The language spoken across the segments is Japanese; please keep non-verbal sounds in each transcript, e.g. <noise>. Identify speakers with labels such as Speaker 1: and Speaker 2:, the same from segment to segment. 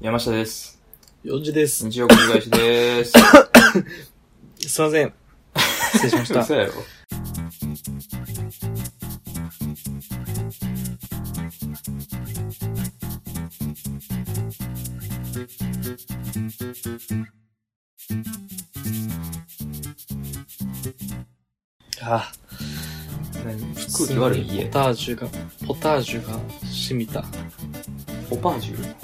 Speaker 1: 山下です。
Speaker 2: 4時です。
Speaker 1: 日曜繰り返しでー
Speaker 2: <laughs>
Speaker 1: す。
Speaker 2: すいません。失礼し
Speaker 1: <laughs>
Speaker 2: ました。
Speaker 1: 嘘やろ。
Speaker 2: あ
Speaker 1: 何
Speaker 2: あ
Speaker 1: 空気悪い
Speaker 2: ポ
Speaker 1: 家。
Speaker 2: タージュが、ポタージュが染みた。
Speaker 1: オパージュ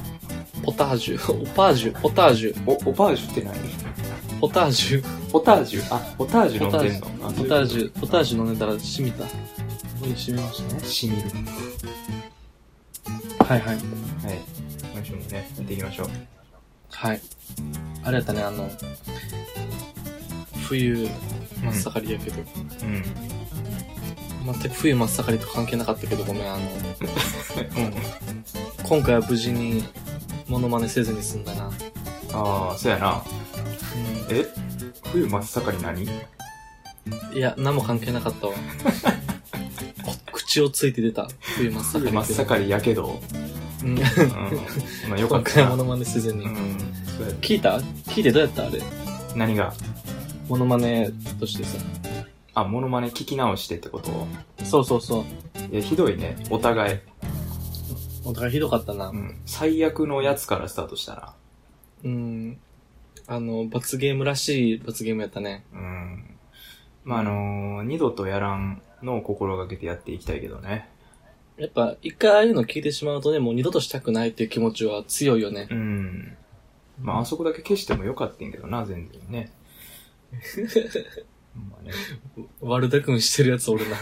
Speaker 2: ポタージュ、オパージュ、ポタージュ、
Speaker 1: お、オパージュって何
Speaker 2: ポタージュ、
Speaker 1: ポタージュあ、ポタージュ飲んでんのあ
Speaker 2: ポタージュ、ポタージュ飲んでたら染みた。おい、染みましたね。
Speaker 1: 染みる。
Speaker 2: はいは
Speaker 1: は
Speaker 2: い。
Speaker 1: い。今週もね、やっていきましょう。
Speaker 2: はい。あれやったね、あの、冬真っ盛りやけ
Speaker 1: う
Speaker 2: ど、
Speaker 1: ん。
Speaker 2: 全く冬真っ盛りと関係なかったけど、ごめん、あ
Speaker 1: う
Speaker 2: の、
Speaker 1: ん。
Speaker 2: 今回は無事にモノマネせずに済んだな。
Speaker 1: ああ、そうやな。
Speaker 2: う
Speaker 1: え冬真っ盛り何
Speaker 2: ん、いや、何も関係なか <laughs> ったわ。こ口をついて出た。冬真っ盛り
Speaker 1: 冬
Speaker 2: で。
Speaker 1: 真っ盛りやけど。
Speaker 2: うん
Speaker 1: うん。まあよか
Speaker 2: 今
Speaker 1: った
Speaker 2: 回
Speaker 1: な。
Speaker 2: モ
Speaker 1: う
Speaker 2: ノマネせずに。
Speaker 1: ん。そうや
Speaker 2: 聞いた聞いてどうやったあれ。
Speaker 1: 何が
Speaker 2: モノマネとしてさ。
Speaker 1: あ、モノマネ聞き直してってこと
Speaker 2: そうそうそう。
Speaker 1: いや、ひどいね。お互い。
Speaker 2: お互いひどかったな
Speaker 1: う。ん。最悪のやつからスタートしたな。
Speaker 2: うん。あの、罰ゲームらしい罰ゲームやったね。
Speaker 1: うん。まあ、あのー二度とやらんのを心がけてやっていきたいけどね。
Speaker 2: やっぱ、一回ああいうの聞いてしまうとね、もう二度としたくないっていう気持ちは強いよね。
Speaker 1: うん。まあ、あそこだけ消してもよかったんけどな、全然 <laughs> ね。ほんまあね、
Speaker 2: 悪だくんしてるやつおる <laughs> な。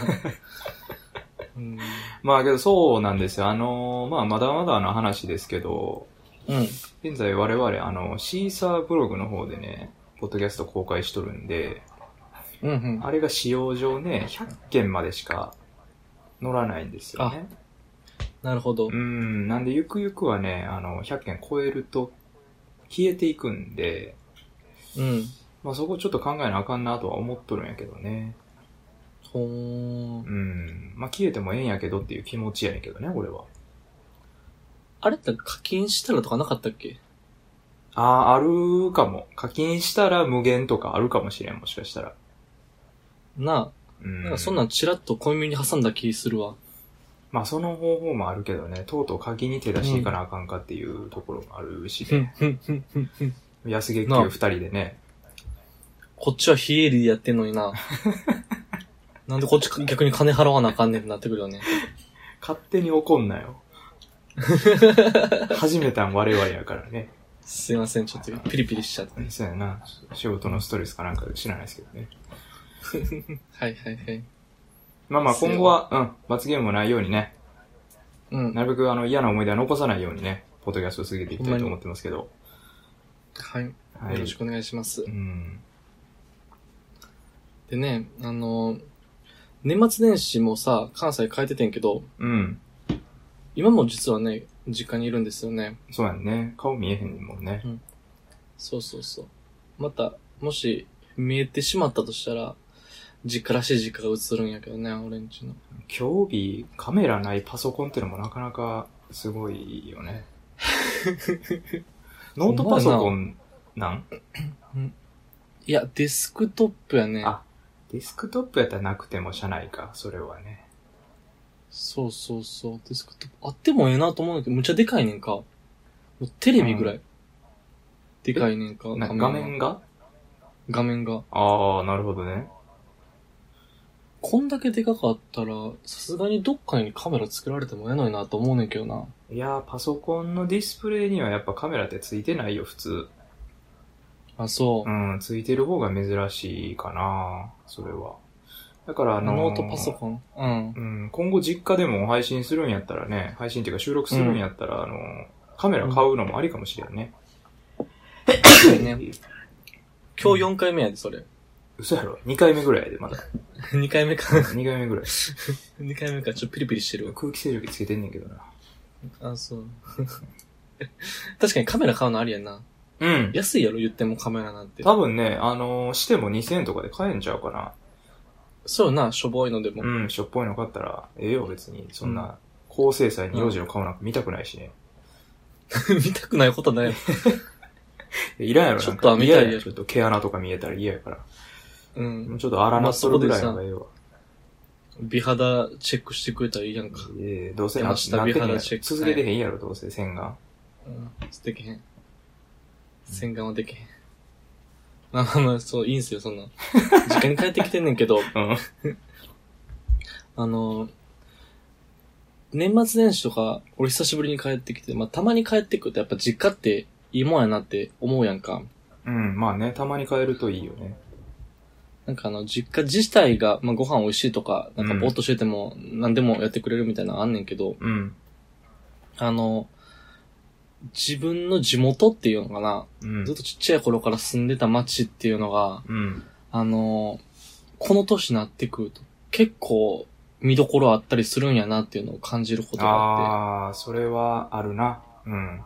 Speaker 2: うん。
Speaker 1: まあ、けどそうなんですよ。あのーまあ、まだまだの話ですけど、
Speaker 2: うん。
Speaker 1: 現在我々、あの、シーサーブログの方でね、ポッドキャスト公開しとるんで、
Speaker 2: うんうん。
Speaker 1: あれが使用上ね、100件までしか乗らないんですよね。
Speaker 2: なるほど
Speaker 1: う。ん、なんでゆくゆくはね、あの、100件超えると消えていくんで、
Speaker 2: うん。
Speaker 1: まあそこちょっと考えなあかんなとは思っとるんやけどね。
Speaker 2: ほーん。
Speaker 1: うん。まあ消えてもええんやけどっていう気持ちやねんけどね、俺は。
Speaker 2: あれって課金したらとかなかったっけ
Speaker 1: ああ、あるかも。課金したら無限とかあるかもしれん、もしかしたら。
Speaker 2: な
Speaker 1: う
Speaker 2: あ、
Speaker 1: ん。
Speaker 2: なんかそんなんチラッと小耳に挟んだ気する
Speaker 1: <laughs>
Speaker 2: わ。
Speaker 1: まあその方法もあるけどね、とうとう課金に手出していかなあかんかっていうところもあるし、
Speaker 2: ふんふんふんふんふん
Speaker 1: 安月給
Speaker 2: なあ
Speaker 1: 二人でね。
Speaker 2: こっちは非営利でやってんの
Speaker 1: <laughs>
Speaker 2: にな。なんでこっち逆に金払わなあかんねんってなってくるよね。
Speaker 1: 勝手に怒んな
Speaker 2: <laughs>
Speaker 1: よ。始めたん我々やからね。
Speaker 2: すいません、ちょっとピリピリしちゃって。
Speaker 1: そうやな。仕事のストレスかなんか知らないですけどね。
Speaker 2: はいはいはい。
Speaker 1: まあまあ
Speaker 2: そう
Speaker 1: 今後は、うん、罰ゲームもないようにね、
Speaker 2: うん。
Speaker 1: なるべくあの嫌な思い出は残さないようにね、ポッドキャストを続けていきたいと思ってますけど。
Speaker 2: はい。よ
Speaker 1: はい。
Speaker 2: ろしくお願いします
Speaker 1: う。ん。
Speaker 2: でね、あの、年末年始もさ、関西帰っててんけど、
Speaker 1: うん。
Speaker 2: 今も実はね、実家にいるんですよね。
Speaker 1: そうやんね。顔見えへんもんね。
Speaker 2: そうそうそう。また、もし、見えてしまったとしたら、実家らしい実家が映るんやけどね、俺んちの。
Speaker 1: 今日日、カメラないパソコンってのもなかなかすごいよね。ノートパソコンなん
Speaker 2: いや、デスクトップやね。
Speaker 1: あデスクトップやったらなくても社内か、それはね。
Speaker 2: そうそうそう、デスクトップ。あってもええなと思うんだけど、むっちゃでかいねんか。もうテレビぐらい。でかいねんか、
Speaker 1: な
Speaker 2: が
Speaker 1: 画面が
Speaker 2: 画面が。
Speaker 1: ああ、なるほどね。
Speaker 2: こんだけでかかったら、さすがにどっかにカメラ作られてもええのになと思うねんけどな。
Speaker 1: いやー、パソコンのディスプレイにはやっぱカメラってついてないよ、普通。
Speaker 2: あ、そう
Speaker 1: う。ん、ついてる方が珍しいかなそれは。だから、あの
Speaker 2: ノートパソコン。うん。
Speaker 1: うん、今後実家でも配信するんやったらね、配信っていうか収録するんやったら、あのカメラ買うのもありかもしれんね。
Speaker 2: そうやね今日4回目やで、それ。
Speaker 1: <laughs>
Speaker 2: <laughs>
Speaker 1: 嘘やろ ?2 回目ぐらいやで、まだ。
Speaker 2: 2回目か。
Speaker 1: 2回目ぐらい。
Speaker 2: 2回目か、ちょっとピリピリしてるわ。
Speaker 1: 空気清浄機つけてんねんけどな。
Speaker 2: あ、そう。確かにカメラ買うのありやな。
Speaker 1: うん。
Speaker 2: 安いやろ、言ってもカメラなんて。
Speaker 1: 多分ね、あのーしても2000円とかで買えんちゃうかな。
Speaker 2: そうよな、しょぼいのでも。
Speaker 1: うん、しょっぽいの買ったら、ええよ、別に。そんな、高精細に幼児の顔なんか見たくないしね。
Speaker 2: <laughs> 見たくないことはない。
Speaker 1: いらんやろ、なんか
Speaker 2: ちょっとは見たい
Speaker 1: 嫌やちょっと毛穴とか見えたら嫌やから。
Speaker 2: う
Speaker 1: も
Speaker 2: ん。
Speaker 1: うちょっと荒なっとるぐらいの方がええわ。
Speaker 2: 美肌チェックしてくれたらいいやんか。
Speaker 1: ええどうせなな
Speaker 2: 山
Speaker 1: ってへんや
Speaker 2: 下美
Speaker 1: ろ
Speaker 2: 肌チェック
Speaker 1: 続けてへんやろ、どうせ洗顔。
Speaker 2: うん。できへん。洗顔はできへん。まあまあまあ、そう、いいんすよ、そ <laughs> んな。時間に帰ってきてんねんけど、
Speaker 1: うん。
Speaker 2: あの、年末年始とか、俺久しぶりに帰ってきて、まあたまに帰ってくるとやっぱ実家っていいもんやなって思うやんか。
Speaker 1: うん、まあね、たまに変えるといいよね。
Speaker 2: なんかあの、実家自体が、まあご飯美味しいとか、なんか
Speaker 1: うん
Speaker 2: ぼーっとしてても、何でもやってくれるみたいなのあんねんけど、
Speaker 1: うん。
Speaker 2: あの、自分の地元っていうのかな、
Speaker 1: うん
Speaker 2: ずっ。とちっちゃい頃から住んでた町っていうのが、
Speaker 1: うん。
Speaker 2: あの、この年になってくると、結構見どころあったりするんやなっていうのを感じることが
Speaker 1: あ
Speaker 2: あって、
Speaker 1: あ、それはあるな。うん。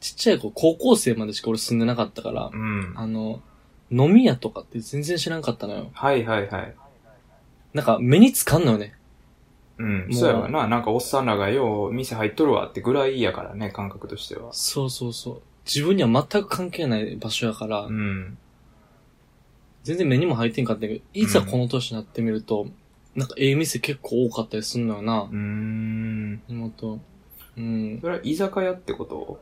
Speaker 2: ちっちゃい頃、高校生までしか俺住んでなかったから
Speaker 1: う、ん。
Speaker 2: あの、飲み屋とかって全然知らんかったのよ。
Speaker 1: はいはいはい。
Speaker 2: なんか目につかんのよね。
Speaker 1: うん。
Speaker 2: もう
Speaker 1: そうやわな。なんかおっさんらがよう店入っとるわってぐらいやからね、感覚としては。
Speaker 2: そうそうそう。自分には全く関係ない場所やから、
Speaker 1: うん。
Speaker 2: 全然目にも入ってんかったけど、いざこの年になってみると、なんかええ店結構多かったりすんのよな
Speaker 1: うー、ん。
Speaker 2: 妹。うん。
Speaker 1: それは居酒屋ってこと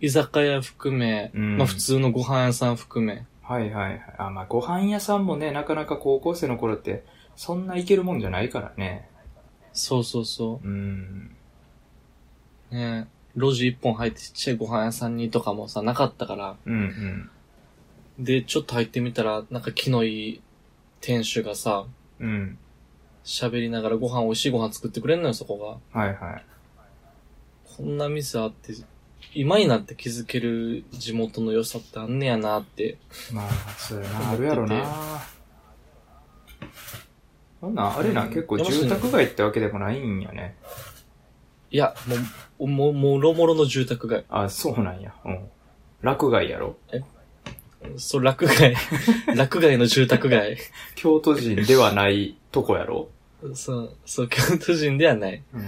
Speaker 2: 居酒屋含め、
Speaker 1: うん
Speaker 2: まあ普通のご飯屋さん含め。
Speaker 1: はいはいはい。あ、まあご飯屋さんもね、なかなか高校生の頃って、そんな行けるもんじゃないからね。
Speaker 2: そうそうそ
Speaker 1: うん。
Speaker 2: う。ね路地一本入ってちっちゃいご飯屋さんにとかもさ、なかったから。
Speaker 1: うんうん。
Speaker 2: で、ちょっと入ってみたら、なんか気のいい店主がさ、
Speaker 1: うん。
Speaker 2: 喋りながらご飯美味しいご飯作ってくれんのよ、そこが。
Speaker 1: はいはい。
Speaker 2: こんな店あって、今になって気づける地元の良さってあんねやなって。
Speaker 1: まあ、そうやな。あるやろな。そんなん、あれな、
Speaker 2: うん
Speaker 1: 結構
Speaker 2: でも
Speaker 1: 住宅街ってわけでもないんやね。
Speaker 2: いや、もう、もう、もろもろの住宅街。
Speaker 1: あ、そうなんや。うん。落外やろ。
Speaker 2: そう、
Speaker 1: <laughs>
Speaker 2: 落外。落外の住宅街。
Speaker 1: 京都人ではないとこやろ。
Speaker 2: そう、そう、京都人ではない。
Speaker 1: うん。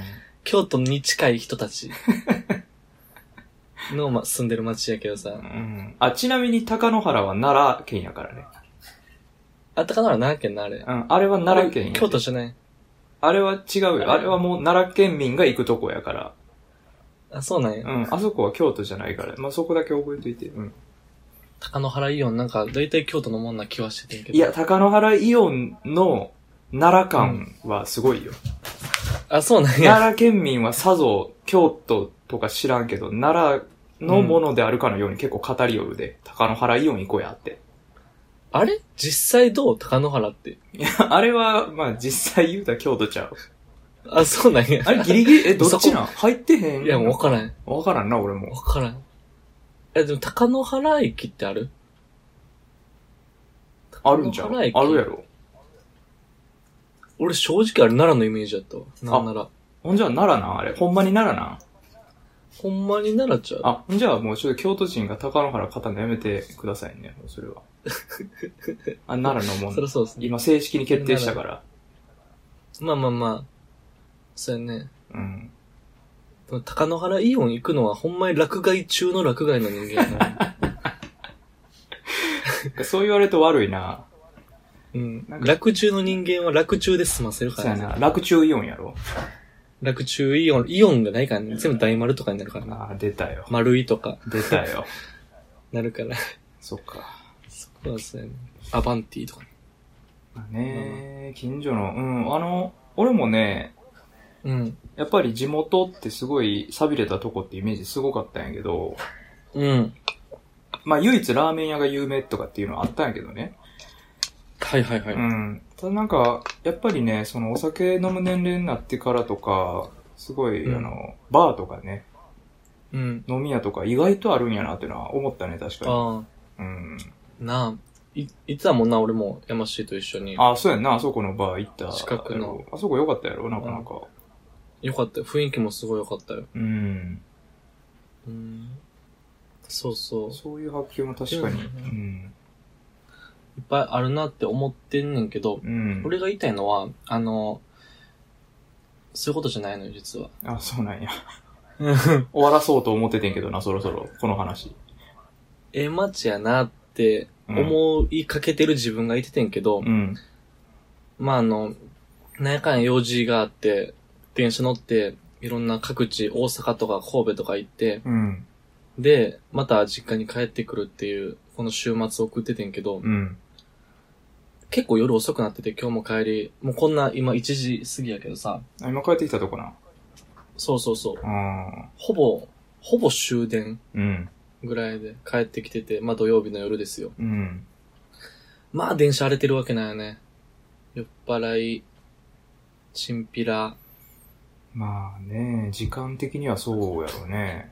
Speaker 2: 京都に近い人
Speaker 1: <laughs>
Speaker 2: たちの、ま、住んでる町やけどさ。
Speaker 1: あ、ちなみに高野原は奈良県やからね。
Speaker 2: あったかなら奈良県な、あれ。
Speaker 1: うん。あれは奈良県やで
Speaker 2: 京都じゃない。
Speaker 1: あれは違うよ。あれはもう奈良県民が行くとこやから。
Speaker 2: あ、そうなんや。
Speaker 1: うん。あそこは京都じゃないから。まあ、そこだけ覚えといて。うん。
Speaker 2: 高野原イオンなんか、だいたい京都のもんな気はしててんけど。
Speaker 1: いや、高野原イオンの奈良感はすごいよ。
Speaker 2: あ、そうなんや。
Speaker 1: 奈良県民はさぞ京都とか知らんけど、奈良のものであるかのように結構語りよるで、高野原イオン行こうやって。 <laughs>
Speaker 2: あれ実際どう高野原って。
Speaker 1: あれは、まあ実際言うたら京都ちゃう。
Speaker 2: あ、そうなんや。
Speaker 1: <laughs> あれギリギリ、え、どっちなん入ってへん
Speaker 2: いや、もうわからん。
Speaker 1: わからんな、俺も。
Speaker 2: わからん。え、でも、高野原駅ってある
Speaker 1: あるんちゃう
Speaker 2: 高野原駅
Speaker 1: あるやろ。
Speaker 2: 俺、正直あれ奈良のイメージだったわ。なんなら。
Speaker 1: ほんじゃ、奈良なんあれ。ほんまに奈良なん
Speaker 2: ほんまに奈良ちゃう
Speaker 1: あ、ほんじゃあもうちょっと京都人が高野原語るのやめてくださいね、もうそれ <laughs> は。あ、奈良のも
Speaker 2: そり
Speaker 1: ん。
Speaker 2: ゃそうですね。
Speaker 1: 今正式に決定したから。
Speaker 2: まあまあまあ。そうやね。
Speaker 1: うん。
Speaker 2: でも高野原イオン行くのはほんまに落外中の落外の人間や <laughs> な。
Speaker 1: そう言われると悪い <laughs> な。
Speaker 2: うん
Speaker 1: なん。か
Speaker 2: 落中の人間は落中で済ませるか
Speaker 1: そうや
Speaker 2: ら
Speaker 1: な
Speaker 2: ね。。
Speaker 1: 楽中イオンやろ。
Speaker 2: 落中イオン、イオンがないからね。全部大丸とかになるからね。
Speaker 1: あー、出たよ。
Speaker 2: 丸いとか
Speaker 1: 出たよ。 <laughs>
Speaker 2: なる <laughs> から。
Speaker 1: そっか。
Speaker 2: そこはそうやね。アバンティとかね。
Speaker 1: まあね近所の、うん、あの、俺もね、
Speaker 2: うん。
Speaker 1: やっぱり地元ってすごい錆びれたとこってイメージすごかったんやけど、
Speaker 2: うん。
Speaker 1: まあ唯一ラーメン屋が有名とかっていうのはあったんやけどね。
Speaker 2: はいはいは
Speaker 1: う
Speaker 2: い。
Speaker 1: ん。ただなんか、やっぱりね、そのお酒飲む年齢になってからとか、すごい、
Speaker 2: うん
Speaker 1: あの、バーとかね、
Speaker 2: うん。
Speaker 1: 飲み屋とか意外とあるんやなっていうのは思ったね、確か
Speaker 2: ああ。
Speaker 1: に。うん。
Speaker 2: なあ。い、いつだもんな、俺も、山氏と一緒に。
Speaker 1: あ、そうやんな、あそこのバー行った。
Speaker 2: 近くの。
Speaker 1: あそこ良かったやろ、なかなか。
Speaker 2: よかったよ。雰囲気もすごいよかったよ。
Speaker 1: うん。
Speaker 2: うん。そうそう。
Speaker 1: そういう発見も確かに。うん。
Speaker 2: いっぱいあるなって思ってんねんけど、
Speaker 1: うん。
Speaker 2: 俺が言いたいのは、あの、そういうことじゃないのよ、実は。
Speaker 1: あ、そうなんや。終わらそうと思っててんけどな、そろそろ、この話。
Speaker 2: ええ街やなって
Speaker 1: うん
Speaker 2: 思いかけてる自分がいててんけど、
Speaker 1: うん。
Speaker 2: まああの、なんやかんや用事があって、電車乗って、いろんな各地、大阪とか神戸とか行って、
Speaker 1: うん。
Speaker 2: で、また実家に帰ってくるっていう、この週末送っててんけど、
Speaker 1: うん。
Speaker 2: 結構夜遅くなってて今日も帰り、もうこんな今1時過ぎやけどさ、
Speaker 1: あ今帰ってきたとこな。
Speaker 2: そうそうそう、
Speaker 1: あ
Speaker 2: ほぼ、ほぼ終電
Speaker 1: ーうん。
Speaker 2: ぐらいで帰ってきてて、まあ土曜日の夜ですよ。
Speaker 1: うん。
Speaker 2: まあ電車荒れてるわけなんよね。酔っ払い、チンピラ、
Speaker 1: まあね、時間的にはそうやろうね。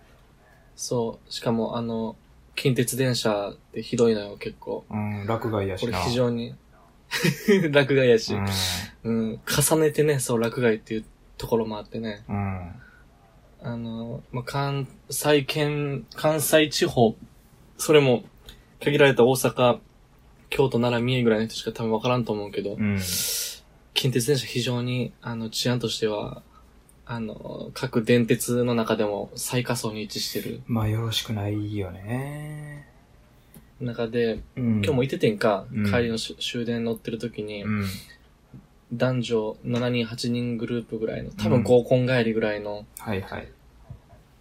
Speaker 2: そう、しかもあの、近鉄電車ってひどいのよ結構。
Speaker 1: うん、落外やし
Speaker 2: これ
Speaker 1: な。
Speaker 2: 非常に <laughs> 落外やし、うん、重ねてね、そう落外っていうところもあってね。
Speaker 1: うん。うん。
Speaker 2: あの、まあ、関西圏、関西地方、それも限られた大阪、京都、奈良、三重ぐらいの人しか多分わからんと思うけど
Speaker 1: う、ん。
Speaker 2: 近鉄電車非常に、あの、治安としては、あの、各電鉄の中でも最下層に位置してる
Speaker 1: まあよろしくないよね。
Speaker 2: 中で、
Speaker 1: うん。
Speaker 2: 今日もいててんか、
Speaker 1: うん
Speaker 2: 帰りのし終電乗ってる時に、
Speaker 1: うん。
Speaker 2: 男女7人、8人グループぐらいの、多分
Speaker 1: うん
Speaker 2: 合コン帰りぐらいの、
Speaker 1: はいはい。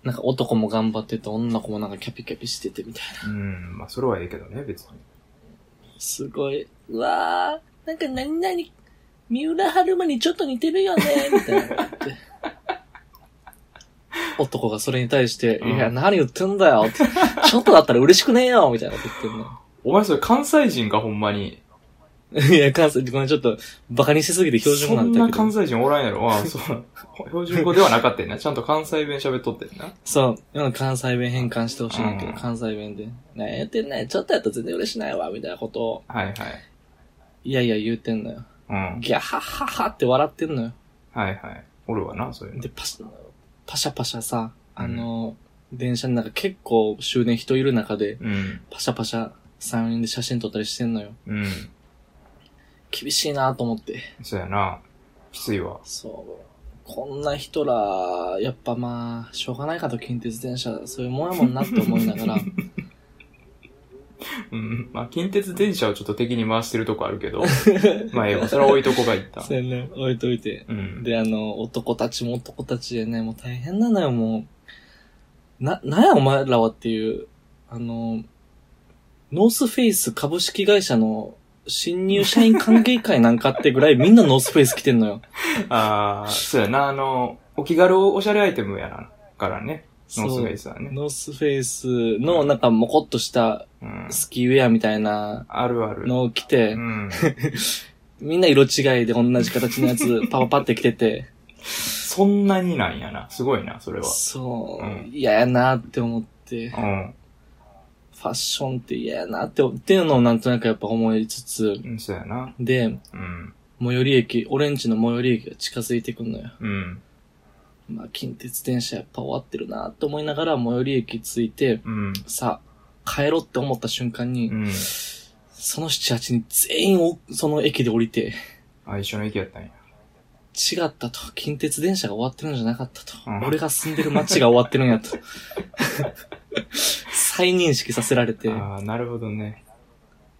Speaker 2: なんか男も頑張ってて、女の子もなんかキャピキャピしててみたいな。
Speaker 1: うん。まあそれはええけどね、別に。
Speaker 2: すごい。うわー、なんか何々、三浦春馬にちょっと似てるよね、みたいな。男がそれに対して、
Speaker 1: うん
Speaker 2: いや、何言ってんだよって、ちょっとだったら嬉しくねえよみたいなこと言っ
Speaker 1: お前それ関西人か、ほんまに。
Speaker 2: てんの。いや、 <laughs> 関西、ごめん、ちょっと、バカにしすぎて標準語
Speaker 1: そ
Speaker 2: なん
Speaker 1: ん
Speaker 2: だ
Speaker 1: な
Speaker 2: けど
Speaker 1: 関。西人おらんやろ。ああ、そう。標準語ではなかったよな。ちゃんと関西弁喋っとってんな。
Speaker 2: そう、今の関西弁変換してほしいんだけ
Speaker 1: う
Speaker 2: ど、
Speaker 1: ん
Speaker 2: 関西弁で。ねえ、言ってんねちょっとやったら全然嬉しないわ、みたいなことを、
Speaker 1: はいはい。
Speaker 2: いやいや言うてんのよ。
Speaker 1: うん。
Speaker 2: ギャハハハって笑ってんのよ。
Speaker 1: はいはい。おるわな、そういうの。
Speaker 2: で、パシ、パシャパシャさ、あの、電車の中結構終電人いる中で、
Speaker 1: うん。
Speaker 2: パシャパシャ3人で写真撮ったりしてんのよ。
Speaker 1: うん。
Speaker 2: 厳しいなと思って。
Speaker 1: そうやな。きついわ。
Speaker 2: そう。こんな人ら、やっぱまあ、しょうがないかと近鉄電車、そういうもんやもんなって思いながら、
Speaker 1: うん。まあ、近鉄電車をちょっと敵に回してるとこある
Speaker 2: <laughs>
Speaker 1: けど。まあ、ええわ。それは置いとこがいった。
Speaker 2: <laughs> そうやね、置いといて。
Speaker 1: うん。
Speaker 2: で、あの、男たちも男たちでね、もう大変なのよ、もう。な、なんやお前らはっていう、あの、ノースフェイス株式会社の新入社員歓迎会なんかってぐ
Speaker 1: <laughs>
Speaker 2: らいみんなノースフェイス来てんのよ。
Speaker 1: ああ、そうやな。あの、お気軽おしゃれアイテムやな。からね。ノースフェイ
Speaker 2: ス。
Speaker 1: スはね。
Speaker 2: ノースフェイスのなんかもこっとした
Speaker 1: うん。
Speaker 2: スキーウェアみたいな
Speaker 1: あるある。
Speaker 2: のを着て
Speaker 1: う、ん。
Speaker 2: みんな色違いで同じ形の
Speaker 1: <laughs>
Speaker 2: やつパパパって着てて、
Speaker 1: そんなになんやな。すごいな、それは。
Speaker 2: そう
Speaker 1: う、
Speaker 2: 嫌やなって思って。
Speaker 1: うん。
Speaker 2: ファッションって嫌やなって、っていうのをなんとなくやっぱ思いつつ、
Speaker 1: うん、そうやな。
Speaker 2: で、
Speaker 1: うん。
Speaker 2: 最寄り駅、オレンジの最寄り駅が近づいてくんのよ。
Speaker 1: うん。
Speaker 2: まあ、近鉄電車やっぱ終わってるなって思いながら最寄り駅着いて、
Speaker 1: うん。
Speaker 2: さあ、帰ろうって思った瞬間に、
Speaker 1: うん。
Speaker 2: その7、8人全員をその駅で降りて、
Speaker 1: あ、一緒の駅やったんや。
Speaker 2: 違ったと。近鉄電車が終わってるんじゃなかったと。
Speaker 1: うん
Speaker 2: 俺が住んでる街が終わってるん
Speaker 1: <laughs>
Speaker 2: やと。再認識させられて。
Speaker 1: ああ、なるほどね。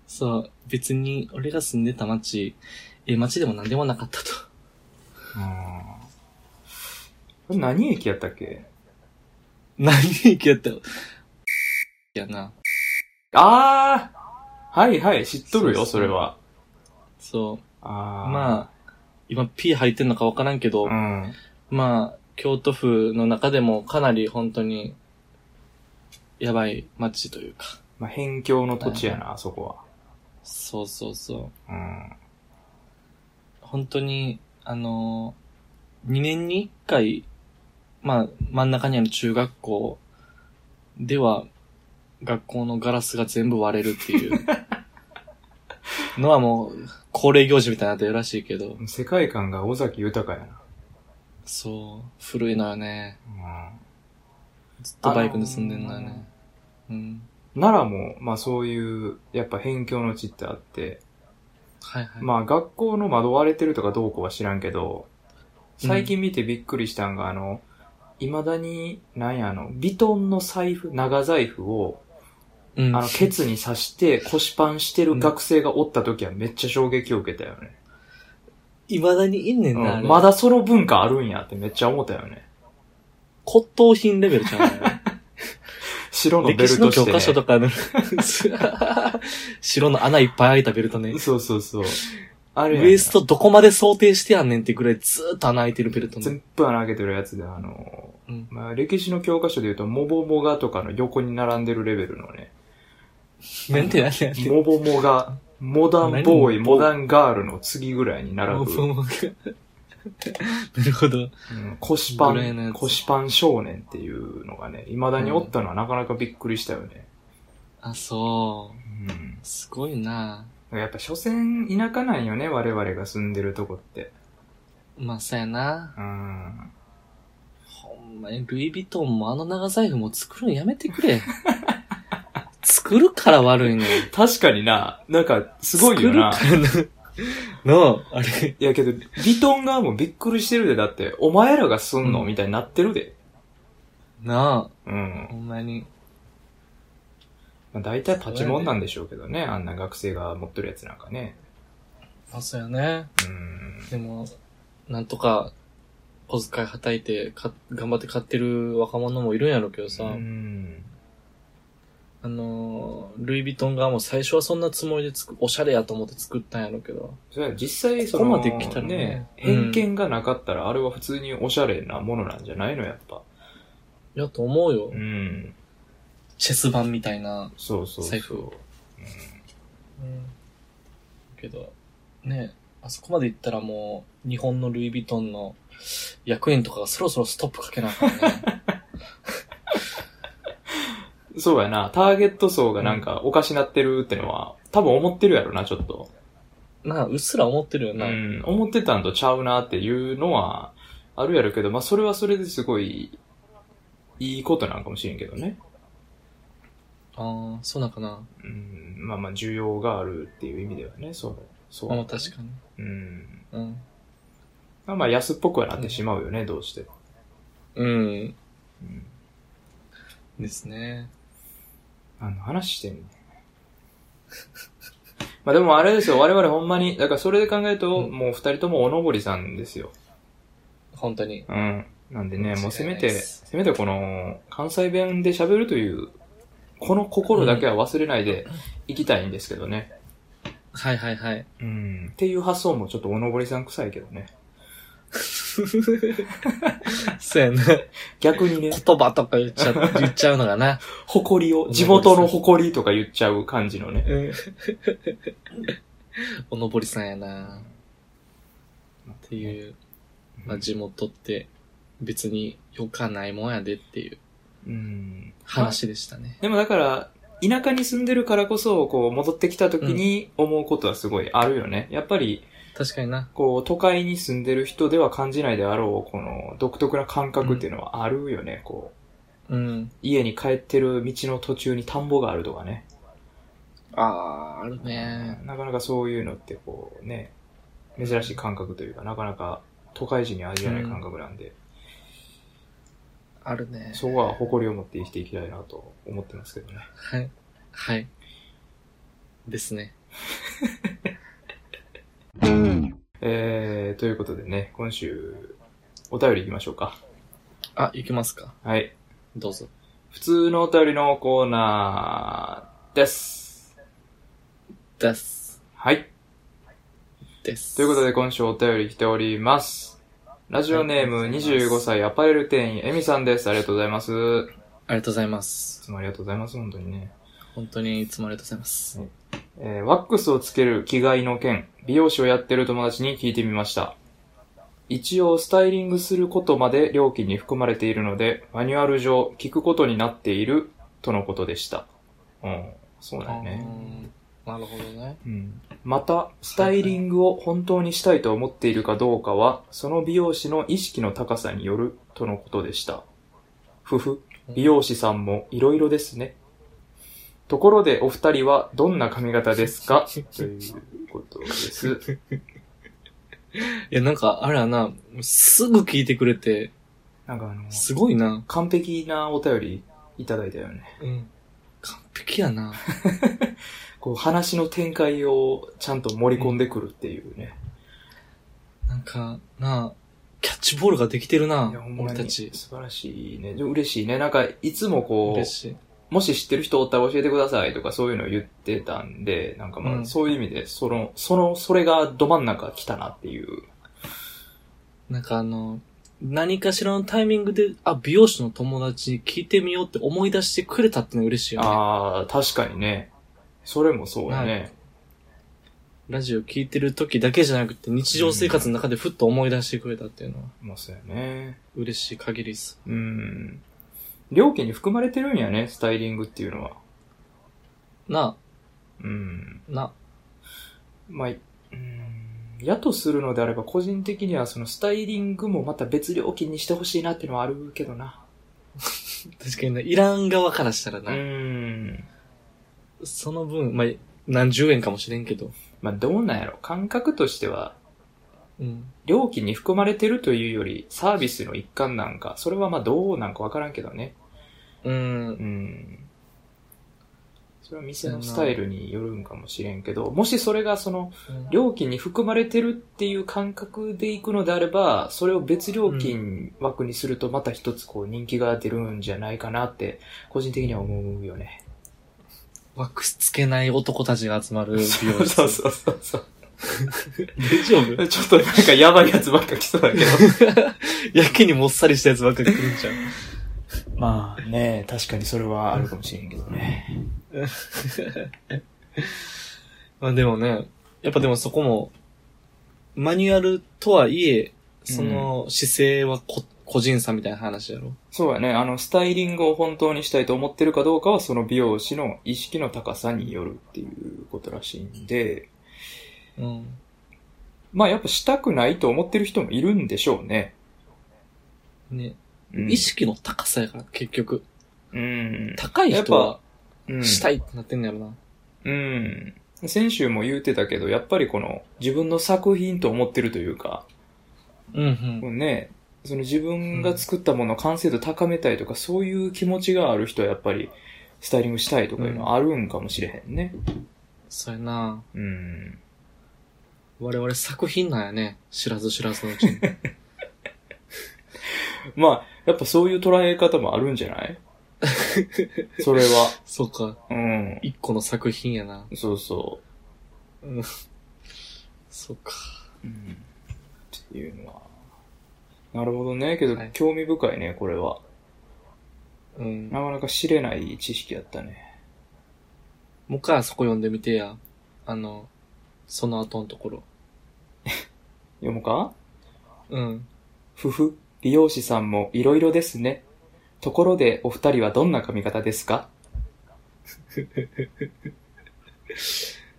Speaker 2: そう、別に俺が住んでた町、え、町でも何でもなかったと。
Speaker 1: うん。これ何駅やったっけ
Speaker 2: <laughs> 何駅やったよ。やな。
Speaker 1: ああはいはい、知っとる
Speaker 2: そ
Speaker 1: よ、
Speaker 2: うそう
Speaker 1: それは。
Speaker 2: そう。
Speaker 1: ああ。
Speaker 2: まあ、今 P 入ってんのかわからんけど、
Speaker 1: うん。
Speaker 2: まあ、京都府の中でもかなり本当に、やばい町というか。
Speaker 1: まあ、辺境の土地やな、あそこ
Speaker 2: そうそうそう。
Speaker 1: は。うん。
Speaker 2: 本当に、あのー、2年に1回、まあ、真ん中にある中学校では、学校のガラスが全部割れるって <laughs> いう。のはもう、恒例行事みたいになってるらしいけど。
Speaker 1: 世界観が尾崎豊やな。
Speaker 2: そう、古いのよね。
Speaker 1: うん。
Speaker 2: ずっとバイク盗んでんのよね。うん。
Speaker 1: 奈良も、まあそういう、やっぱ辺境の地ってあって、
Speaker 2: はいはい。
Speaker 1: まあ学校の窓割れてるとかどうこうは知らんけど、最近見てびっくりしたんが、あの、未だに、なんや、あの、ビトンの財布、長財布を、
Speaker 2: うん。
Speaker 1: あの、ケツに刺して腰パンしてる学生がおった時はめっちゃ衝撃を受けたよね。
Speaker 2: 未だにいんねんな、
Speaker 1: う
Speaker 2: あ
Speaker 1: ん、
Speaker 2: れ
Speaker 1: まだその文化あるんやってめっちゃ思ったよね。
Speaker 2: 骨董品レベルじゃ <laughs> ない
Speaker 1: 白のベ
Speaker 2: 歴
Speaker 1: ル
Speaker 2: 史の
Speaker 1: トし
Speaker 2: 教
Speaker 1: て、
Speaker 2: 科
Speaker 1: ね。
Speaker 2: 書とかの、 <laughs> 白の穴いっぱい開いたベルトね。
Speaker 1: そうそうそう。あ
Speaker 2: ウ
Speaker 1: れやん
Speaker 2: エストどこまで想定してやんねんってぐらいずーっと穴開いてるベルトね。
Speaker 1: 全部穴開けてるやつで、あの、
Speaker 2: うん
Speaker 1: まあ、歴史の教科書で言うと、モボモガとかの横に並んでるレベルの
Speaker 2: <laughs>
Speaker 1: ね、
Speaker 2: なんてなんてなんて。
Speaker 1: モボモガ、モダンボーイ、
Speaker 2: 何
Speaker 1: モダンガールの次ぐらいに並
Speaker 2: も
Speaker 1: ぶ、
Speaker 2: うもう <laughs> なるほど。
Speaker 1: うん腰パ
Speaker 2: ぐらいのや
Speaker 1: ン、
Speaker 2: つ
Speaker 1: 腰パン少年っていうのがね、未だにおったのはなかなかびっくりしたよね。
Speaker 2: あ、そうう。
Speaker 1: ん
Speaker 2: すごいな
Speaker 1: やっぱ、所詮田舎なんよね、我々が住んでるとこって。
Speaker 2: まあ、そうやな。
Speaker 1: うん。
Speaker 2: ほんまに、ルイ・ヴィトンもあの長財布も作るのやめてく
Speaker 1: <laughs>
Speaker 2: れ。作るから悪いねん。
Speaker 1: 確かにな、なんか、すごいよな。
Speaker 2: 作るからな。なあ、あれ。
Speaker 1: いやけど、ビトン側もびっくりしてるで、だって、お前らがすんの、
Speaker 2: うん
Speaker 1: みたいになってるで。
Speaker 2: な
Speaker 1: う
Speaker 2: あ、
Speaker 1: ん。
Speaker 2: ほんまに。
Speaker 1: まあ、大体パチモンなんでしょうけどね、あんな学生が持ってるやつなんかね。
Speaker 2: あ、そうやね。
Speaker 1: うん。
Speaker 2: でも、なんとか、小遣いはたいて、か、頑張って買ってる若者もいるんやろうけどさ、
Speaker 1: うん。
Speaker 2: あのー、ルイ・ヴィトン側も最初はそんなつもりでつく、おしゃれやと思って作ったんやろうけど、
Speaker 1: それは実際、そ
Speaker 2: ここ
Speaker 1: の、
Speaker 2: まで来たらねう
Speaker 1: 偏
Speaker 2: ん
Speaker 1: 見がなかったら、あれは普通におしゃれなものなんじゃないの、やっぱ。
Speaker 2: いやと思うよ。
Speaker 1: うん。
Speaker 2: チェス盤みたいな。
Speaker 1: そうそうそう。
Speaker 2: 財布けど、ね、あそこまで行ったらもう、日本のルイ・ヴィトンの役員とかがそろそろストップかけなあかん <laughs> ね。
Speaker 1: うんそうやな、ターゲット層がなんかおかしなってるってのは、多分思ってるやろな、ちょっと。
Speaker 2: なあ、うっすら思ってるよな。
Speaker 1: うん、思ってたんとちゃうなっていうのはあるやろけど、まあそれはそれですごいいいことなんかもしれんけどね。
Speaker 2: ああ、そうなんかな。
Speaker 1: うん、まあまあ需要があるっていう意味ではね、そう。そう。
Speaker 2: まあまあ確かに。
Speaker 1: うん。
Speaker 2: うん。
Speaker 1: まあまあ安っぽくはなってしまうよね、どうしても。
Speaker 2: うん。
Speaker 1: うん。
Speaker 2: ですね。
Speaker 1: あの、話してんね。 <laughs> まあでもあれですよ、我々ほんまに、だからそれで考えると、
Speaker 2: うん
Speaker 1: もう二人ともおのぼりさんですよ。
Speaker 2: 本当に。
Speaker 1: うん。なんでね、もうせめ
Speaker 2: 間違
Speaker 1: て、
Speaker 2: いないです
Speaker 1: せめてこの、関西弁で喋るという、この心だけは忘れないでいきたいんですけどね。
Speaker 2: はいはいはい。
Speaker 1: うん。っていう発想もちょっとおのぼりさん臭いけどね。
Speaker 2: <laughs> そうやな。
Speaker 1: 逆にね、
Speaker 2: 言葉とか言っちゃ、 <laughs> 言っちゃうのがな。
Speaker 1: 誇り
Speaker 2: おの
Speaker 1: を、
Speaker 2: ぼりさん
Speaker 1: 地元の誇りとか言っちゃう感じのね。
Speaker 2: うん。 <laughs> おのぼりさんやな。っていう、まあ、地元って別に良かないもんやでっていう
Speaker 1: うん。
Speaker 2: 話でしたね。
Speaker 1: でもだから、田舎に住んでるからこそ、こう、戻ってきた時に思うことはすごいあるよね。やっぱり、
Speaker 2: 確かにな。
Speaker 1: こう、都会に住んでる人では感じないであろう、この、独特な感覚っていうのはあるよね、こう。
Speaker 2: うん。
Speaker 1: 家に帰ってる道の途中に田んぼがあるとかね。
Speaker 2: あー、あるね。
Speaker 1: なかなかそういうのってこうね、珍しい感覚というか、なかなか都会人には味わえない感覚なんで、
Speaker 2: あるね。
Speaker 1: そこは誇りを持って生きていきたいなと思ってますけどね。
Speaker 2: はい。はい。ですね。
Speaker 1: えー、ということでね、今週、お便り行きましょうか。
Speaker 2: あ、行きますか。
Speaker 1: はい。
Speaker 2: どうぞ。
Speaker 1: 普通のお便りのコーナーです。
Speaker 2: です。
Speaker 1: はい。
Speaker 2: です。
Speaker 1: ということで今週お便り来ております。ラジオネーム
Speaker 2: ありがとうございま
Speaker 1: 25
Speaker 2: す
Speaker 1: 歳アパレル店員エミさんです。ありがとうございます。
Speaker 2: ありがとうございます。
Speaker 1: いつもありがとうございます、本当にね。
Speaker 2: 本当にいつもありがとうございます。
Speaker 1: えーワックスをつける着替えの件、美容師をやってる友達に聞いてみました。一応、スタイリングすることまで料金に含まれているので、マニュアル上、聞くことになっている、とのことでした。うん、そうだよね。
Speaker 2: あーなるほどね。
Speaker 1: うんまた、スタイリングを本当にしたいと思っているかどうかは、その美容師の意識の高さによる、とのことでした。ふふ。美容師さんもいろいろですね。ところでお二人はどんな髪型ですかということです。
Speaker 2: いや、なんか、あれやな、すぐ聞いてくれて、
Speaker 1: <laughs> なんかあの、
Speaker 2: すごいな。
Speaker 1: 完璧なお便りいただいたよね。
Speaker 2: うん。完璧やな。
Speaker 1: こう話の展開をちゃんと盛り込んでくるっていうね。
Speaker 2: なんか、なあ、キャッチボールができてるない
Speaker 1: や、ほ、んま
Speaker 2: 俺た
Speaker 1: に
Speaker 2: ち
Speaker 1: 素。晴らしいね。で嬉しいね。なんか、いつもこ
Speaker 2: 嬉
Speaker 1: う、
Speaker 2: しい。
Speaker 1: もし知ってる人おったら教えてくださいとかそういうのを言ってたんで、なんかま
Speaker 2: う
Speaker 1: あ、
Speaker 2: ん
Speaker 1: そういう意味で、その、その、それがど真ん中来たなっていう。
Speaker 2: なんかあの、何かしらのタイミングで、あ、美容師の友達に聞いてみようって思い出してくれたってのは嬉しいよね。
Speaker 1: ああ、確かにね。それもそうやね。
Speaker 2: ラジオ聞いてる時だけじゃなくて、日常生活の中でふっと思い出してくれたっていうのは、
Speaker 1: まあ、そうやね。
Speaker 2: 嬉しい限りです。
Speaker 1: うん。料金に含まれてるんやね、スタイリングっていうのは。
Speaker 2: な
Speaker 1: うん。
Speaker 2: あ、な
Speaker 1: まあ、うんやとするのであれば、個人的にはそのスタイリングもまた別料金にしてほしいなっていうのはあるけどな。
Speaker 2: あ、確かにね、いらん側からしたら
Speaker 1: う
Speaker 2: な、
Speaker 1: ん。
Speaker 2: その分、まあ、何十円かもしれんけど、
Speaker 1: まあ、どうなんやろ。感覚としては、
Speaker 2: うん。
Speaker 1: 料金に含まれてるというより、サービスの一環なんか、それはまあどうなんかわからんけどね。
Speaker 2: うん。
Speaker 1: うん。それは店のスタイルによるんかもしれんけど、もしそれがその、料金に含まれてるっていう感覚でいくのであれば、それを別料金枠にするとまた一つこう人気が出るんじゃないかなって、個人的には思うよね。
Speaker 2: ワックスつけない男たちが集まる美容室。
Speaker 1: そうそうそうそう。
Speaker 2: 大丈夫
Speaker 1: ちょっとなんかやばいやつばっか来そうだけど。
Speaker 2: <laughs> やけにもっさりしたやつばっかり来るんじゃん。
Speaker 1: まあね、確かにそれはあるかもしれんけどね。
Speaker 2: <laughs> まあでもね、やっぱでもそこも、マニュアルとはいえ、その姿勢はこ、個人差みたいな話やろ。
Speaker 1: そうやね、あの、スタイリングを本当にしたいと思ってるかどうかは、その美容師の意識の高さによるっていうことらしいんで、
Speaker 2: うん。
Speaker 1: まあやっぱしたくないと思ってる人もいるんでしょうね。
Speaker 2: ね、
Speaker 1: うん
Speaker 2: 意識の高さやから、結局。
Speaker 1: うん。
Speaker 2: 高い人は、
Speaker 1: うん
Speaker 2: したいってなってんのやろな。
Speaker 1: うん。先週も言うてたけど、やっぱりこの自分の作品と思ってるというか、
Speaker 2: うん、うん、
Speaker 1: ね、その自分が作ったものを完成度高めたいとか、そういう気持ちがある人はやっぱりスタイリングしたいとかいうのはあるんかもしれへんね。
Speaker 2: それな
Speaker 1: うん。
Speaker 2: 我々作品なんやね。知らず知らずのうちに。
Speaker 1: まあ、やっぱそういう捉え方もあるんじゃ
Speaker 2: <laughs>
Speaker 1: ないそれは。
Speaker 2: そうか。
Speaker 1: うん。
Speaker 2: 一個の作品やな。
Speaker 1: そうそ
Speaker 2: そうか。
Speaker 1: う。うん。っていうのは。なるほどね。けど
Speaker 2: はい、
Speaker 1: 興味深いね、これは。
Speaker 2: うん。
Speaker 1: なかなか知れない知識やったね。
Speaker 2: もう一回あそこ読んでみてや。あの、その後のところ。
Speaker 1: 読むか
Speaker 2: うん。
Speaker 1: ふふ、美容師さんもいろいろですね。ところでお二人はどんな髪型ですか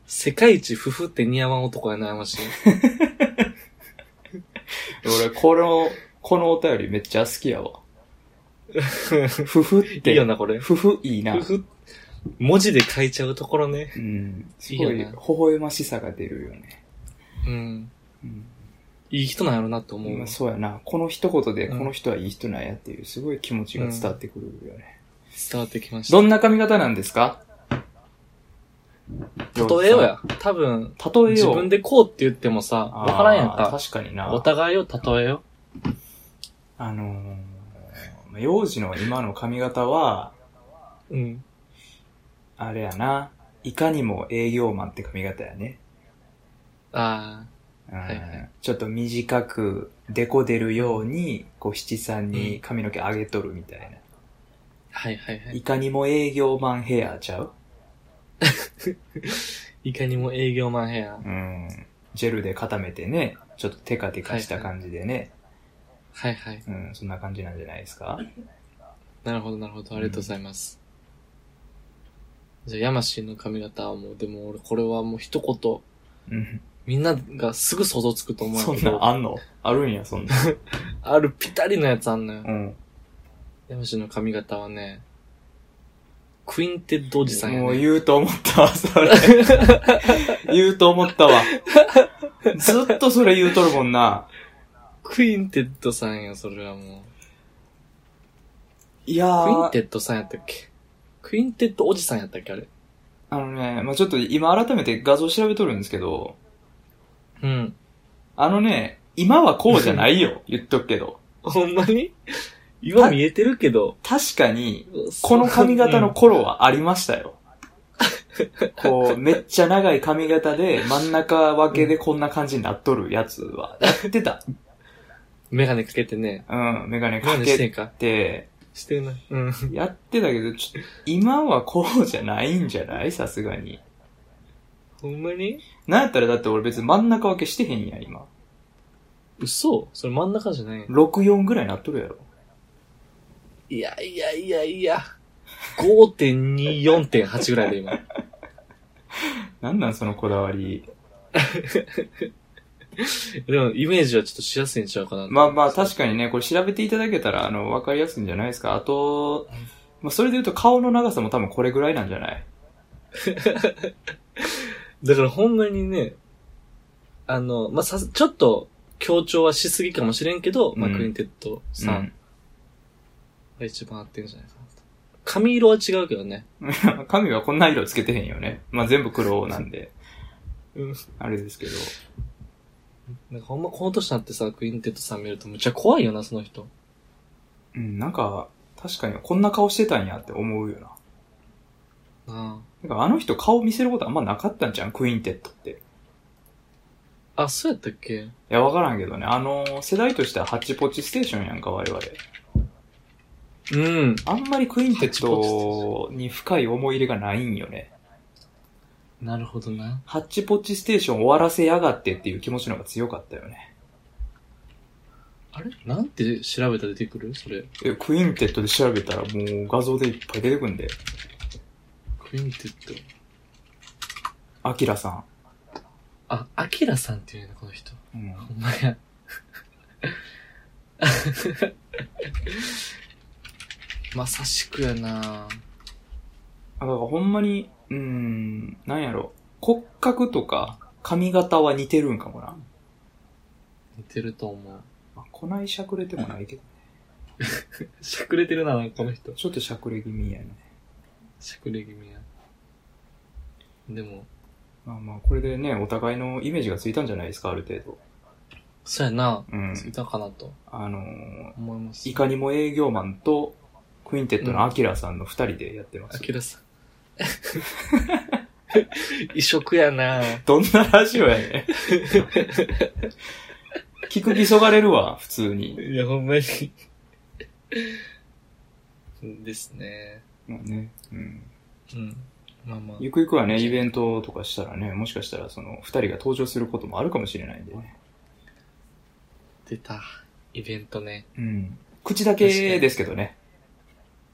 Speaker 2: 世界一ふふって似合わん男やな、ましい。
Speaker 1: 俺、この、このお便りめっちゃ好きやわ。ふふっ
Speaker 2: い
Speaker 1: て。
Speaker 2: いよな、これ。
Speaker 1: ふふいいな
Speaker 2: ふ。ふ。文字で書いちゃうところね。
Speaker 1: うん。すごい、微
Speaker 2: いいよな
Speaker 1: 笑ましさが出るよね。
Speaker 2: うん。
Speaker 1: うん。
Speaker 2: いい人なんやろなって思う
Speaker 1: 今
Speaker 2: わ。
Speaker 1: そうやな。この一言で、
Speaker 2: うん
Speaker 1: この人はいい人なんやっていう、すごい気持ちが伝わってくるよね。
Speaker 2: 伝わってきました。
Speaker 1: どんな髪型なんですか
Speaker 2: 例えよう。や。多分、
Speaker 1: 例えよう。
Speaker 2: 自分でこうって言ってもさ、
Speaker 1: あー
Speaker 2: わからんやんか。
Speaker 1: 確かにな。
Speaker 2: お互いを例えよ
Speaker 1: あのー、幼児の今の髪型は、
Speaker 2: う。うん。
Speaker 1: あれやな。いかにも営業マンって髪型やね。
Speaker 2: あ
Speaker 1: うん
Speaker 2: はいはい
Speaker 1: ちょっと短く、デコ出るように、こう七三に髪の毛上げとるみたいな。
Speaker 2: あ、はいはいはいい。
Speaker 1: かにも営業マンヘアちゃう
Speaker 2: いかにも営業マンヘア。
Speaker 1: うん。ジェルで固めてね、ちょっとテカテカした感じでね。
Speaker 2: はいはい。
Speaker 1: うん、そんな感じなんじゃないですか
Speaker 2: なるほどなるほど。ありがとうございます。じゃあ、ヤマシンの髪型はもう、でも俺これはもう一言、
Speaker 1: うん。
Speaker 2: みんながすぐ想像つくと思
Speaker 1: そ
Speaker 2: うんけ
Speaker 1: な
Speaker 2: ど、
Speaker 1: ん
Speaker 2: あ
Speaker 1: あんのあるんや、そんな。
Speaker 2: るピタリのやつあんのよ。
Speaker 1: うん。
Speaker 2: ヤマシンの髪型はね、クインテッドおじさんや
Speaker 1: もう
Speaker 2: ね。
Speaker 1: 言うと思ったわ、そ
Speaker 2: <laughs>
Speaker 1: れ。言うと思ったわ。ずっとそれ言うとるもんな。
Speaker 2: クインテッドさんよ、それはも
Speaker 1: いや
Speaker 2: クイン
Speaker 1: ー、
Speaker 2: テッドさんやったっけクインテッドおじさんやったっけあれ。
Speaker 1: あのね、まあ、ちょっと今改めて画像調べとるんですけど、
Speaker 2: うん。
Speaker 1: あのね、今はこうじゃないよ、言っとくけど。
Speaker 2: ほんまに今見えてるけど。
Speaker 1: 確かに、この髪型の頃はありましたよ。こう、めっちゃ長い髪型で、真ん中分けでこんな感じになっとるやつは、やってた。
Speaker 2: うん。メガネかけてね。
Speaker 1: うん、メガネ
Speaker 2: メガ
Speaker 1: か
Speaker 2: ネして
Speaker 1: け
Speaker 2: んか
Speaker 1: て、
Speaker 2: してない。うん。
Speaker 1: やってたけど、ちょ今はこうじゃないんじゃないさすがに。
Speaker 2: ほんまに
Speaker 1: なんやったらだって俺別に真ん中分けしてへんやん、今。
Speaker 2: 嘘それ真ん中じゃない
Speaker 1: 64ぐらいなっとるやろ。
Speaker 2: いやいやいやいや。5.2、4.8ぐらいで今。 <laughs>
Speaker 1: なんなんそのこだわり。
Speaker 2: でも、イメージはちょっとしやすいんちゃうかな。
Speaker 1: まあまあ確かにね、これ調べていただけたら、あの、わかりやすいんじゃないですか。あと、まあそれで言うと顔の長さも多分これぐらいなんじゃない
Speaker 2: だからほんまにね、あの、まあ、さす、ちょっと強調はしすぎかもしれんけど、まあ、
Speaker 1: うん
Speaker 2: クインテッド
Speaker 1: う
Speaker 2: さん
Speaker 1: ん。
Speaker 2: が一番合ってるんじゃないかなと。髪色は違うけどね。
Speaker 1: 髪はこんな色つけてへんよね。まあ全部黒なんで、
Speaker 2: うん。
Speaker 1: あれですけど。
Speaker 2: なんかほんまこの年になってさ、クインテッドさん見るとむっちゃ怖いよな、その人。
Speaker 1: うん、なんか、確かにこんな顔してたんやって思うよな。
Speaker 2: あ
Speaker 1: なんかあの人顔見せることあんまなかったんじゃんクインテッドって。い
Speaker 2: あ。あ、そうやったっけ
Speaker 1: や、わからんけどね。あの、世代としてはハッチポッチステーションやんか、我々。
Speaker 2: うん。
Speaker 1: あんまりクインテッドに深い思い入れがないんよね。
Speaker 2: なるほどな。
Speaker 1: ハッチポッチステーション終わらせやがってっていう気持ちの方が強かったよね。
Speaker 2: あれなんて調べたら出てくるそれ。
Speaker 1: え、クインテッドで調べたらもう画像でいっぱい出てくんで。
Speaker 2: クインテッド。
Speaker 1: アキラさん。
Speaker 2: あ、アキラさんっていうね、この人。
Speaker 1: うん。
Speaker 2: ほんまや。 <laughs> まさしくやな
Speaker 1: あ、だからほんまに、うーん、なんやろ。骨格とか髪型は似てるんかもな。
Speaker 2: 似てると思う。
Speaker 1: まあ、こないしゃくれてもないけど、
Speaker 2: しゃくれてるな、なんかこの人。
Speaker 1: ちょっとしゃくれ気味やね。
Speaker 2: しゃくれ気味や。でも、
Speaker 1: まあまあ、これでね、お互いのイメージがついたんじゃないですか、ある程度。
Speaker 2: そうやな
Speaker 1: うん。
Speaker 2: ついたかなと
Speaker 1: あのー
Speaker 2: 思います。
Speaker 1: いかにも営業マンと、クインテッドのアキラさんの二人でやってま
Speaker 2: ア
Speaker 1: す。
Speaker 2: キラさん。異色やな
Speaker 1: どんなラジオや
Speaker 2: <laughs>
Speaker 1: ねん聞く気そがれるわ、普通に。
Speaker 2: いや、ほんまに。ですね。
Speaker 1: まあね。うん。
Speaker 2: うん。まあまあ。
Speaker 1: ゆくゆくはね、イベントとかしたらね、もしかしたらその二人が登場することもあるかもしれないんでね。
Speaker 2: 出た。イベントね。
Speaker 1: うん。口だけですけどね。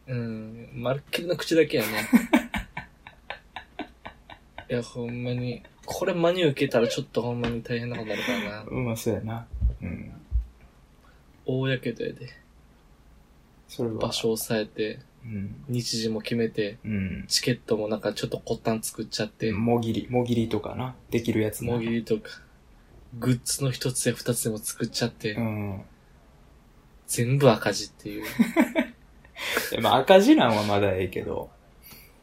Speaker 2: うん、まるっきりの口だけやね。 <laughs> いや、ほんまに、これ真に受けたらちょっとほんまに大変なことになるからな。
Speaker 1: うん、まあそうやな。うん。
Speaker 2: 大やけどやで。
Speaker 1: それは。
Speaker 2: 場所押さえて、
Speaker 1: うん。
Speaker 2: 日時も決めて、
Speaker 1: うん。
Speaker 2: チケットもなんかちょっとこったん作っちゃって、も
Speaker 1: もぎり、もぎりとかな。できるやつな
Speaker 2: ぎりとか、グッズの一つや二つでも作っちゃって、
Speaker 1: うん。
Speaker 2: 全部赤字っていう。
Speaker 1: でまあ赤字なんはまだええけど、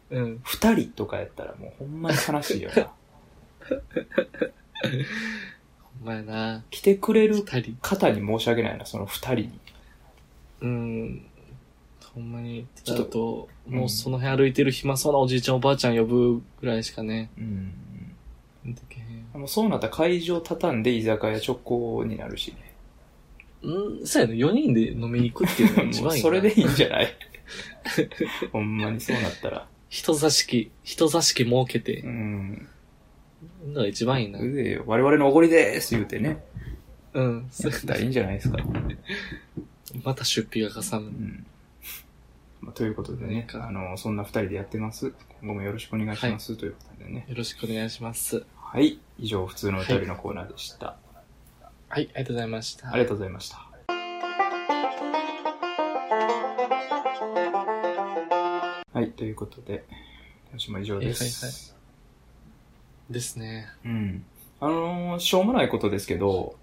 Speaker 2: うん。
Speaker 1: 二人とかやったらもうほんまに悲しいよ
Speaker 2: <laughs>
Speaker 1: な。
Speaker 2: ほんまやな。
Speaker 1: 来てくれ
Speaker 2: 二
Speaker 1: る
Speaker 2: 人。
Speaker 1: 方に申し訳ないな、その二人に。
Speaker 2: うん。ほんまに、
Speaker 1: ち
Speaker 2: ち
Speaker 1: ょ
Speaker 2: ょ
Speaker 1: っ
Speaker 2: っ
Speaker 1: と
Speaker 2: と、もうその辺歩いてる暇そうなおじいちゃんおばあちゃん呼ぶぐらいしかね。
Speaker 1: うん。
Speaker 2: でけへん
Speaker 1: もうそうなったら会場畳んで居酒屋直行になるしね。
Speaker 2: うん、そうやね。4人で飲みに行くっていうのが一
Speaker 1: もう
Speaker 2: 番いいな。 <laughs>
Speaker 1: それでいいんじゃない <laughs> ほんまにそうなったら。
Speaker 2: 人座敷、人座敷設け
Speaker 1: う
Speaker 2: て、
Speaker 1: ん。
Speaker 2: のが一番いいな。
Speaker 1: うぜえよ。我々のおごりでーす言うてね。
Speaker 2: うん。
Speaker 1: やったらいいんじゃないです <laughs> か。
Speaker 2: <laughs> また出費がかさ
Speaker 1: う
Speaker 2: む。
Speaker 1: ん。まあ、ということでね、
Speaker 2: か
Speaker 1: あの、そんな二人でやってます。今後もよろしくお願いします。ということでね。
Speaker 2: よろしくお願いします。
Speaker 1: はい。以上、普通のお便りのコーナーでした。
Speaker 2: はい、ありがとうございました。
Speaker 1: ありがとうございました。はい、ということで、今週も以上です。
Speaker 2: ですね。
Speaker 1: うん。あのーしょうもないことですけど、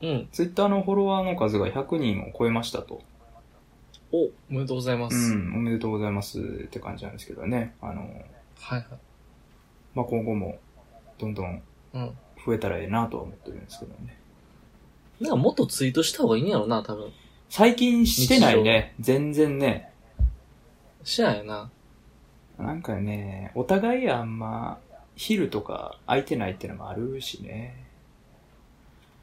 Speaker 2: うん。
Speaker 1: ツイッターのフォロワーの数が100人を超えましたと。
Speaker 2: お、おめでとうございます。
Speaker 1: うん、おめでとうございますって感じなんですけどね。あの、
Speaker 2: はいはい。
Speaker 1: まあ、今後も、どんどん
Speaker 2: うん。
Speaker 1: 増えたらええなとは思ってるんですけどね。
Speaker 2: なんかもっとツイートした方がいいんやろな、多分。
Speaker 1: 最近してないね。全然ね。
Speaker 2: しないよな。
Speaker 1: なんかね、お互いあんま、昼とか空いてないってのもあるしね。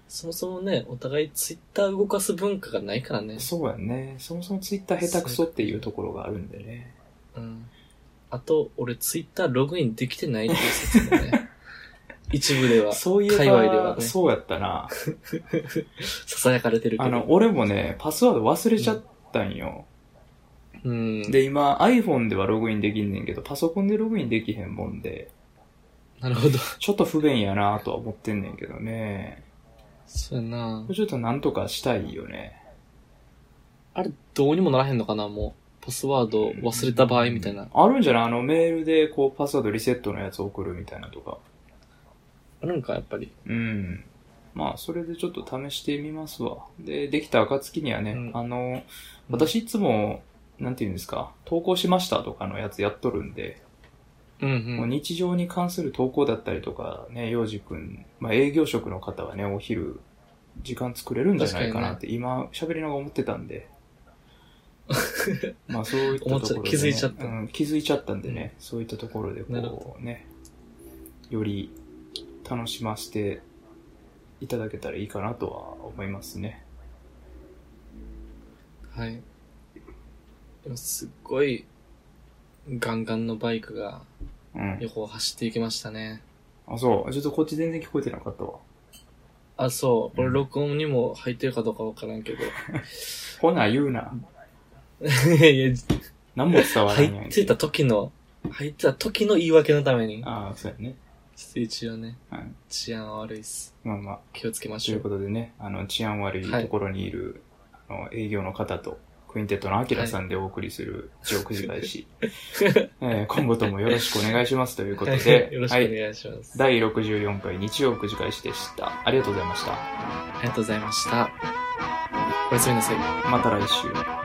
Speaker 2: そもそもね、お互いツイッター動かす文化がないからね。
Speaker 1: そうやね。そもそもツイッター下手くそっていうところがあるんでね。
Speaker 2: うん。あと、俺ツイッターログインできてないっていう説も <laughs> ね。一部では、さ
Speaker 1: そういえば、
Speaker 2: 界隈ではね
Speaker 1: そうやったな。
Speaker 2: さやかれてるけ
Speaker 1: あ
Speaker 2: ど。
Speaker 1: の、俺もね、パスワード忘れちゃったんよ。
Speaker 2: うん。
Speaker 1: で、今 iPhone ではログインできんねんけど、パソコンでログインできへんもんで、
Speaker 2: なるほど。
Speaker 1: ちょっと不便やなとは思ってんねんけどね。
Speaker 2: そうやな
Speaker 1: これ。ちょっとなんとかしたいよね。
Speaker 2: あれ、どうにもならへんのかな、もう。パスワード忘れた場合みたいな。
Speaker 1: あるんじゃないあのメールでこうパスワードリセットのやつ送るみたいなとか。
Speaker 2: あるんか、やっぱり。
Speaker 1: うん。まあ、それでちょっと試してみますわ。で、できた暁にはね、
Speaker 2: うん
Speaker 1: あの、
Speaker 2: うん
Speaker 1: 私いつも、なんていうんですか、投稿しましたとかのやつやっとるんで、
Speaker 2: うん
Speaker 1: も
Speaker 2: う。
Speaker 1: うん日常に関する投稿だったりとか、ね、洋二くん、まあ営業職の方はね、お昼、時間作れるんじゃないかなって、今、喋りながら思ってたん
Speaker 2: <laughs>
Speaker 1: で。まあそういったところで、ね
Speaker 2: 思っちゃ気づいちゃった
Speaker 1: うん。気づいちゃったんでね、そういったところで
Speaker 2: なるほ
Speaker 1: こうね、より楽しませていただけたらいいかなとは思いますね。
Speaker 2: はい。でもすっごい、ガンガンのバイクが
Speaker 1: うん。
Speaker 2: 横を走っていきましたね。
Speaker 1: あ、そう。ちょっとこっち全然聞こえてなかったわ。
Speaker 2: あ、そう。これ
Speaker 1: うん
Speaker 2: 録音にも入ってるかどうかわからんけど。
Speaker 1: ほな、言うな。
Speaker 2: <laughs> いや、
Speaker 1: 何も伝わらな
Speaker 2: 入
Speaker 1: いんやん
Speaker 2: ってた時の、入ってた時の言い訳のために。ちょ
Speaker 1: ああ、そうやね。
Speaker 2: っと一応ね、
Speaker 1: はい。
Speaker 2: 治安は悪いっす。
Speaker 1: まあまあ。
Speaker 2: 気をつけま
Speaker 1: と
Speaker 2: し
Speaker 1: い
Speaker 2: ょ
Speaker 1: う
Speaker 2: う。
Speaker 1: ことでね、あの、治安悪い
Speaker 2: はい
Speaker 1: ところにいる、あの営業の方と、クインテットのアキラさんでお送りする、ジョーク時返
Speaker 2: <laughs>、
Speaker 1: し、えー今後ともよろしくお願いしますということで
Speaker 2: よろしくお
Speaker 1: はい、
Speaker 2: 願いします。
Speaker 1: 第64回日曜くじ返しでした。ありがとうございました。
Speaker 2: ありがとうございました。おやすみなさい。
Speaker 1: また来週。